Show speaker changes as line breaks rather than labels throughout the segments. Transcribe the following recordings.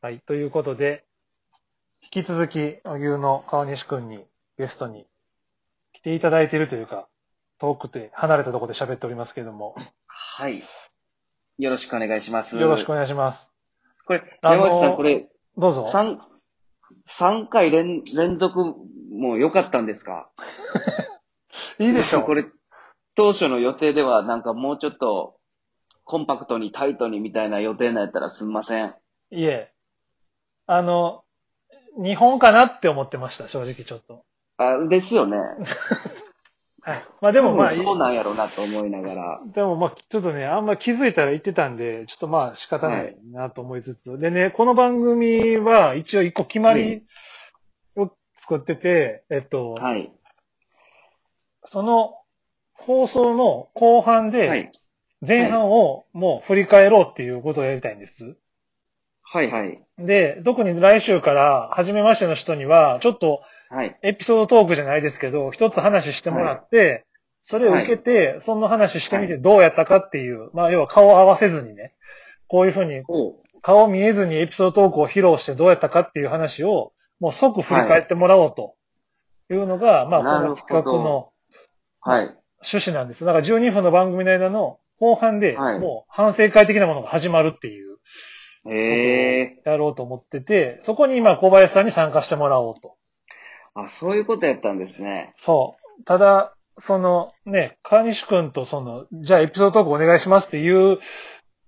はい。ということで、引き続き、牛の川西くんにゲストに来ていただいているというか、遠くて離れたところで喋っておりますけれども、
はい。よろしくお願いします。
よろしくお
こ
願いします。
れ、
あの
山内さん、これ、
どうぞ。
三三回連連続、もう良かったんですか
いいでしょ
こ
う。
れ、当初の予定では、なんかもうちょっと、コンパクトにタイトにみたいな予定なんやったらすんません。
いえ。あの、日本かなって思ってました、正直ちょっと。
あ、ですよね。
はい。まあでもまあ、
多分そうなんやろうなと思いながら。
でもまあ、ちょっとね、あんま気づいたら言ってたんで、ちょっとまあ仕方ないなと思いつつ。でね、この番組は一応一個決まりを作ってて、えっと、
はい。
その放送の後半
は
で
い。
前半をもう振り返ろうっていうことをやりたいんです。
はいはい。
で、特に来週から初めましての人には、ちょっと
はい。
エピソードトークじゃないですけど、一つ話してもらって、それを受けて、その話してみてどうやったかっていう、まあ要は顔を合わせずにね、こういうふうに
おう
顔見えずにエピソードトークを披露してどうやったかっていう話を、もう即振り返ってもらおうというのが、まあこ
な
の
るほど
企画の
はい。
趣旨なんです。だから12分の番組の間の後半で、
はい
もう反省会的なものが始まるっていう、
ええ
やろうと思ってて、そこに今小林さんに参加してもらおうと。
あ、そういうことやったんですね。
そう。ただ、そのね、川西くんとその、じゃあエピソードトークお願いしますっていう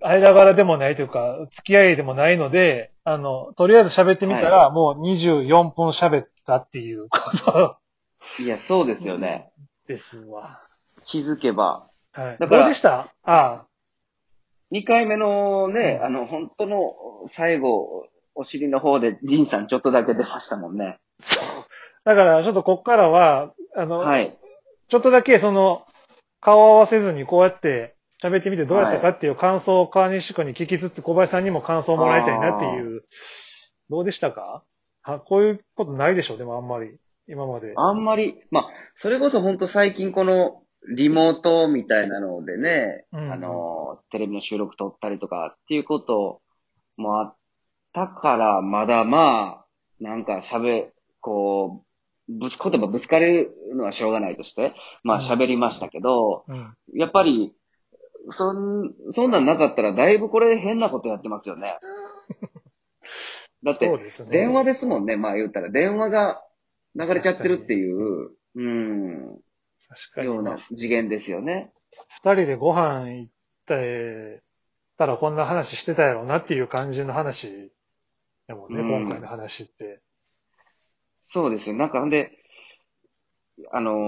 間柄でもないというか、付き合いでもないので、あの、とりあえず喋ってみたら、もう24分喋ったっていうこと
いや、そうですよね。
ですわ。
気づけば。
はい。
だから
どうでしたあ
2回目のね、
うん
あの、本当の最後、お尻の方でジンさんちょっとだけ出ましたもんね。
そう。だから、ちょっとこっからは、あの、
はい。
ちょっとだけその、顔を合わせずにこうやって喋ってみてどうやったかっていう感想を川西君に聞きつつ小林さんにも感想をもらいたいなっていう、どうでしたかはこういうことないでしょでもあんまり、今まで。
あんまり、まあ、それこそ本当最近このリモートみたいなのでね、
うん
あの、テレビの収録撮ったりとかっていうこともあったから、まだまあ、なんか喋、こう、ぶつ、言葉ぶつかるのはしょうがないとして、まあ喋りましたけど、
うん。
やっぱり、そん、そんなんなかったら、だいぶこれ変なことやってますよね。だっ
そう
て、
ですね。
電話ですもんね、まあ言ったら。電話が流れちゃってるっていう、うん、
確かに
ような次元ですよね。
二人でご飯行ってたらこんな話してたやろうなっていう感じの話でもんね、
うん
今回の話って。
そうですよ。なんか、ほんで、あのー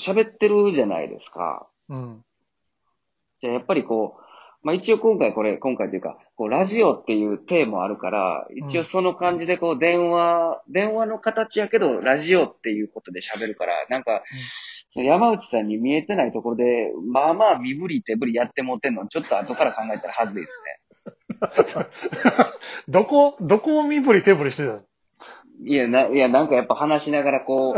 喋ってるじゃないですか。
うん。
じゃあやっぱりこう、まあ一応今回これ、今回というか、こうラジオっていうテーマあるから、一応その感じでこう電話、電話の形やけど、ラジオっていうことで喋るから、なんか、その山内さんに見えてないところで、まあまあ身振り手振りやってもってんの、ちょっと後から考えたらはずいです
どこ、どこを身振り手振りしてたの
ね。いや、な、いや、なんかやっぱ話しながらこ う、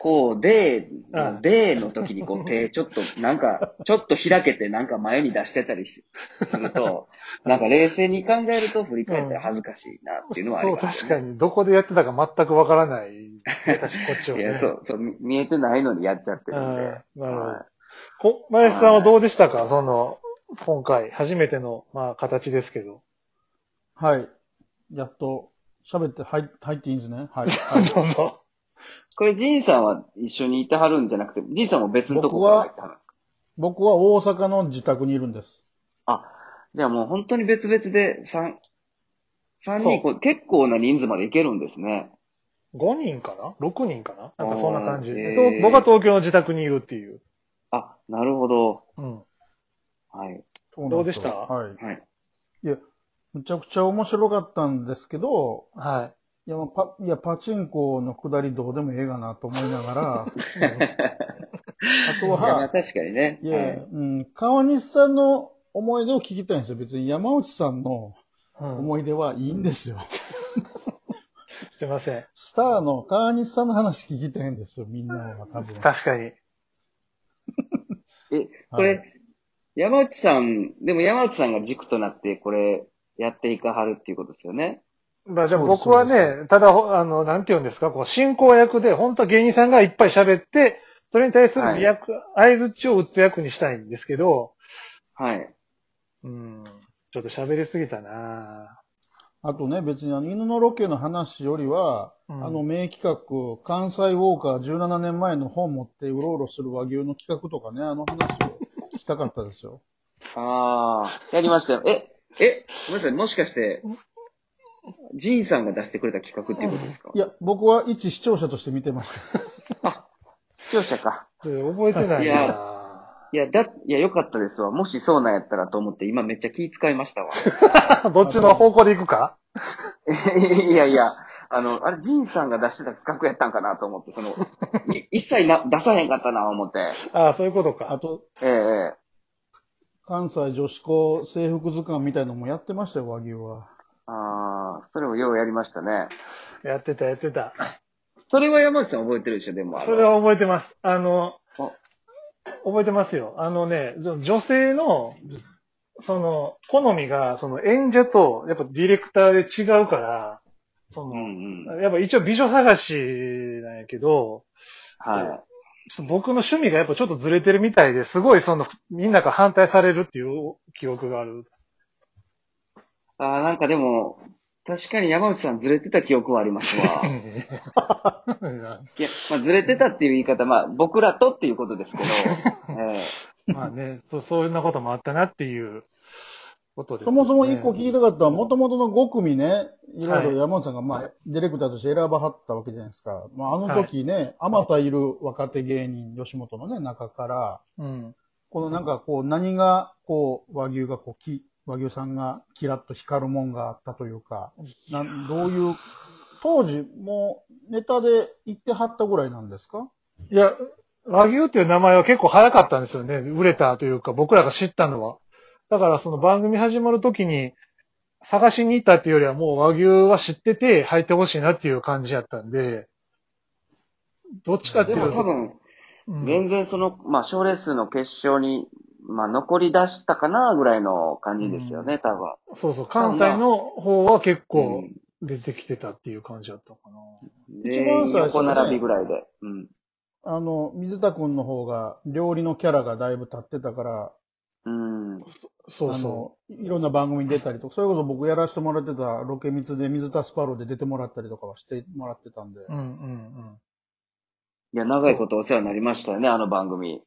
こう、で
うん、
での時にこう手、ちょっと、なんか、ちょっと開けてなんか前に出してたりしすると、なんか冷静に考えると振り返ったら恥ずかしいなっていうのはあります、
そう、確かに。どこでやってたか全くわからない。私、こっちを、ね。
いや、そう、そう、み見えてないのにやっちゃって
うん。
るんで。
なるほど
はい。
小林さんはどうでしたかその、今回、初めての、まあ、形ですけど。
はい。やっと、喋って、入入っていいんですね。はい。 はい
どうぞ。
これ、ジンさんは一緒にいてはるんじゃなくて、ジンさんも別のとこから入ってはるんですか
僕は大阪の自宅にいるんです。
あ、じゃあもう本当に別々で三三
そう
人こう、結構な人数までいけるんですね。
5人かな ?6 人かななんかそんな感じ。
あー
で
へ
と
ー
僕は東京の自宅にいるっていう。
あ、なるほど。
うん。
はい。
そう
ど
なん
うで
です
し
よ
た
はい。
はい。
むちゃくちゃ面白かったんですけど、
はい
や、まあパいやパチンコの下りどうでもええかなと思いながら、あ
い
と
やまあ
は、
確かにね。
いや、
はい
うん、川西さんの思い出を聞きたいんですよ。別に山内さんの
い。 うん。
思い出はいいんですよ。
すいません。
スターの川西さんの話聞きたいんですよ、みんなは多分。
確かに。
え、これ、山内さん、でも山内さんが軸となって、これ、やっていかはるっていうことですよね。
まあ、じゃあ僕は
そうです
ね、ただ、ほあの、なんて言うんですか、こう、進行役で、本当は芸人さんがいっぱい喋って、それに対する役、合図値を打つ役にしたいんですけど、
はい。
うん、ちょっと喋りすぎたな
あとね、別にあの、犬のロケの話よりは、
ぁ
あの、、名企画、関西ウォーカー17年前の本持ってうろうろする和牛の企画とかね、あの話を聞きたかったですよ。
ああ、やりましたよ。え、え、ごめんなさい、もしかして、ジンさんが出してくれた企画っていうことですか
いや、僕は一視聴者として見てました。
視聴者か。
ちょっと覚えてない
い
な
や
ぁ
いや、だ、いや、よかったですわ。もしそうなんやったらと思って、今めっちゃ気遣いましたわ。
どっちの方向で行くか
いやいや、あの、あれ、ジンさんが出してた企画やったんかなと思って、その、い一切な出さへんかったな、思って。
ああ、そういうこと
あ
か。
と、
ええ
関西女子校制服図鑑みたいのもやってましたよ、和牛は。
ああ、それもようやりましたね。
やってた、やってた。
それは山内さん覚えてるでしょ、でも。あの
それは覚えてます。あの
あ、
覚えてますよ。あのね、その女性の、その、好みが、その演者と、やっぱディレクターで違うから、そ
うん
の、
うん。
やっぱ一応美女探しなんやけど、
は
ちょっと僕の趣味がやっぱちょっとずれてるみたいですごいその、みんなが反対されるっていう記憶があ る。
い。ああ、なんかでも、確かに山内さんずれてた記憶はありますわ。いや、まあ、ずれてたっていう言い方、まあ、僕らとっていうことですけど、え
まあね、そう、そんなこともあったなっていうことです、
そもそも一個聞きたかったのは、もともとの5組ね、いろい
はい
ろ山本さんが、まあ、ディレクターとして選ばはったわけじゃないですか。まあ、あの時ね、あまたいる若手芸人、吉本のね、中から、
うん。
このなんかこう、何が、こう、和牛がこう、き、和牛さんがキラッと光るもんがあったというか、なんどういう、当時、もう、ネタで言ってはったぐらいなんですか
いや、和牛っていう名前は結構早かったんですよね。売れたというか、僕らが知ったのは。だからその番組始まるときに、探しに行ったっていうよりはもう和牛は知ってて入ってほしいなっていう感じやったんで、どっちかっ
え
てい
でも
う
多
と、
分、
うん
全然その、まあ、賞レースの決勝に、まあ、残り出したかな、ぐらいの感じですよね、多分。
そうそう、関西の方は結構
ん
出てきてたっていう感じだったかな。
全員横並びぐらいで。うん。
あの、水田くんの方が、料理のキャラがだいぶ立ってたから、
うん。
そうそ
あの、いろんな番組に出たりとか、それこそ僕やらせてもらってたロケ密で水田スパローで出てもらったりとかはしてもらってたんで。
う。うんうん
いや、長いことお世話になりましたよね、あの番組。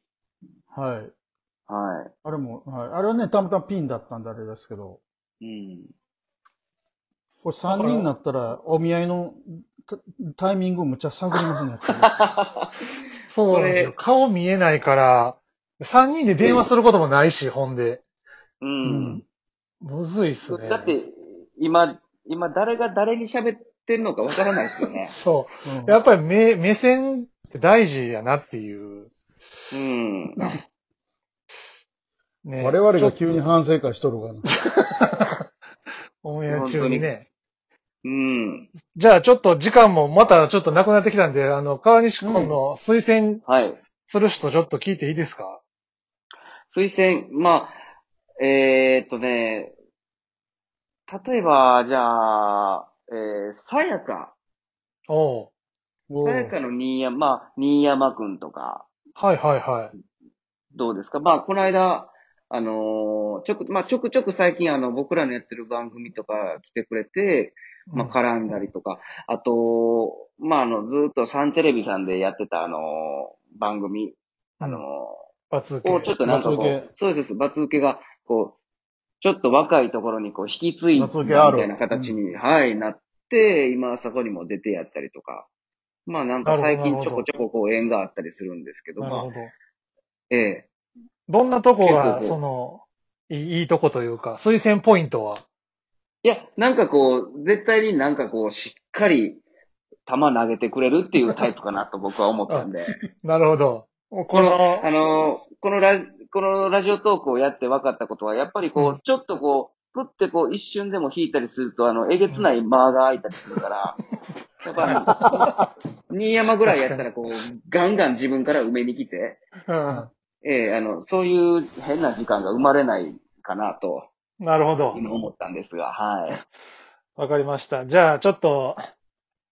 はい。
は
あれも、はい。あれはね、たまたまピンだったんであれですけど、
い。うん。
これ3人になったら、お見合いのタタイミングむちゃ探りますね。
うん。そうなんですよ。
こ
顔見えないから、3人で電話することもないし、ほんで。
うん。
むずいっすね。。
だって、今、今誰が誰に喋ってんのかわからないですよね
そう。
うん
やっぱり目、目線って大事やなっていう。
うん。
ね。
我々
ちょ
が
っと
急に反省会しとるがな。
オンエア中にね。
うん。
じゃあちょっと時間もまたちょっとなくなってきたんで、あの、川西君の推薦
はい。
する人ちょっと聞いていいですか、
推薦、まあ、えー、っとね、例えば、じゃあ、えー、さやか。
おう
おう
さやかの新山、まあ、新山くんとか、
はいはいはい。
どうですかまあ、この間、あのーちょく、まあ、ちょくちょく最近、あの、僕らのやってる番組とか来てくれて、まあ、
うん
絡んだりとか、あと、まあ、あの、ずーっとサンテレビさんでやってた、あのー番組、あのー
バツー
をちょっとなんかこ
バツ受
う、そうです、バツ受けが、こう、ちょっと若いところにこう引き継いだ
バツ
み
受けある
たいな形に、はい、なって、今そこにも出てやったりとか、まあなんか最
なるほ
近ち
ど
ょこちょここう縁があったりするんですけど、
なる
ま
ほ
あ、
ど。
ええ。
どんなとこ
結構
が、
こう
その、いいいいとこというか、推薦ポイントは。
いや、なんかこう、絶対になんかこう、しっかり球投げてくれるっていうタイプかなと僕は思ったんで。
なるほど。この、
あの、このラジ、このラジオトークをやって分かったことは、やっぱりこう、ちょっとこう、プってこう、一瞬でも引いたりすると、あの、えげつない間が空いたりする から、やっぱり、新山ぐらいやったらこう、ガンガン自分から埋めに来て、
うん
ええあの、そういう変な時間が生まれないかなと。
なるほど。
今思ったんですが、はい。
わかりました。じゃあ、ちょっと、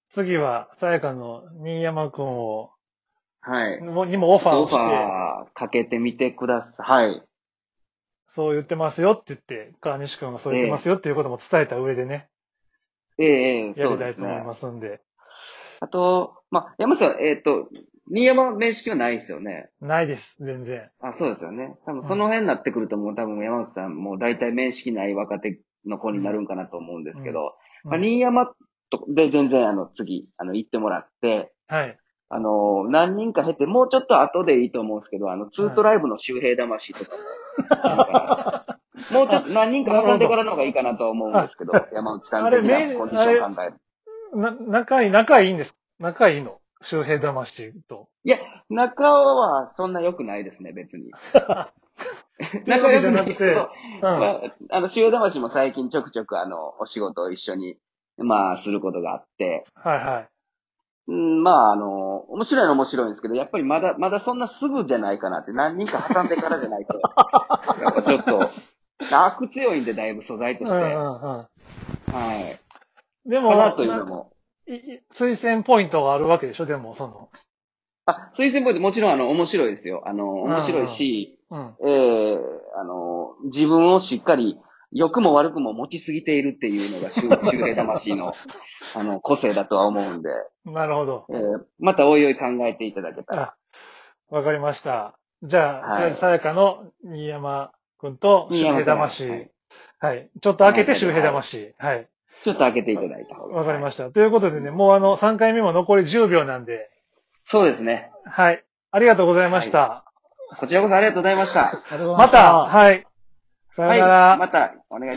次は、さやかの新山くんを、
はい。
もにもオファー
オ
を
フ
し
ァ
て、
ーかけてみてください。はい。
そう言ってますよって言って、川西くんがそう言ってますよっていうことも伝えた上でね、
ええ
や
そ
り
う
た
で
い
す
と思い
ね。
ますんで。
あと、まあ、山下さん、えっ、と、新山面識はないですよね。
ないです、全然。
あ、そうですよね。多分その辺になってくるともう多分山内さんもう大体面識ない若手の子になるんかなと思うんですけど、
うん
まあ、新山とで全然あの次、あの行ってもらって、
はい。
あの、何人か減って、もうちょっと後でいいと思うんですけど、あの、ツートライブの周平魂とかもなんかもうちょっと何人か挟んでからの方がいいかなと思うんですけど、山内さん的
あれ
な
ね
コンディションを考えると。
な、仲いい、仲いいんです。仲いいの。周平魂と。
いや、仲はそんな良くないですね、別に。仲良くないけ
っていうわ
ど、
う
ま
ん。
あ、あの、周平魂も最近ちょくちょくあの、お仕事を一緒に、まあ、することがあって、
はいはい。
うん、まあ、あの、面白いのは面白いんですけど、やっぱりまだ、まだそんなすぐじゃないかなって、何人か挟んでからじゃない と、やっぱちょっと、アーク強いんで、だいぶ素材
う
と
ん
して。は
うんう
い。
ん。で
か
も、
なというの
なんか
も。
いい推薦ポイントがあるわけでしょでも、その。
あ、推薦ポイントもちろん、あの、面白いですよ。あの、面白いし、
うん。
ええあの、自分をしっかり、良くも悪くも持ちすぎているっていう のが、周周平魂の、あの、個性だとは思うんで、
なるほど。
ええまたおいおい考えていただけたら。
あ、わかりました。じゃあ、
はい
とりあえず、さやかの新山くんと周平魂。
新
は
山
い、ちょっと開けて周平魂。はい。
ちょっと開けていただいた方が。
わかりました。ということでね、もうあの、3回目も残り10秒なんで、
そうですね。
はい。ありがとうございました。
こちらこそありがとうございました。
ありがとうござい
ま、
した
はい。さよ
は。
ないら。
また、お願いします。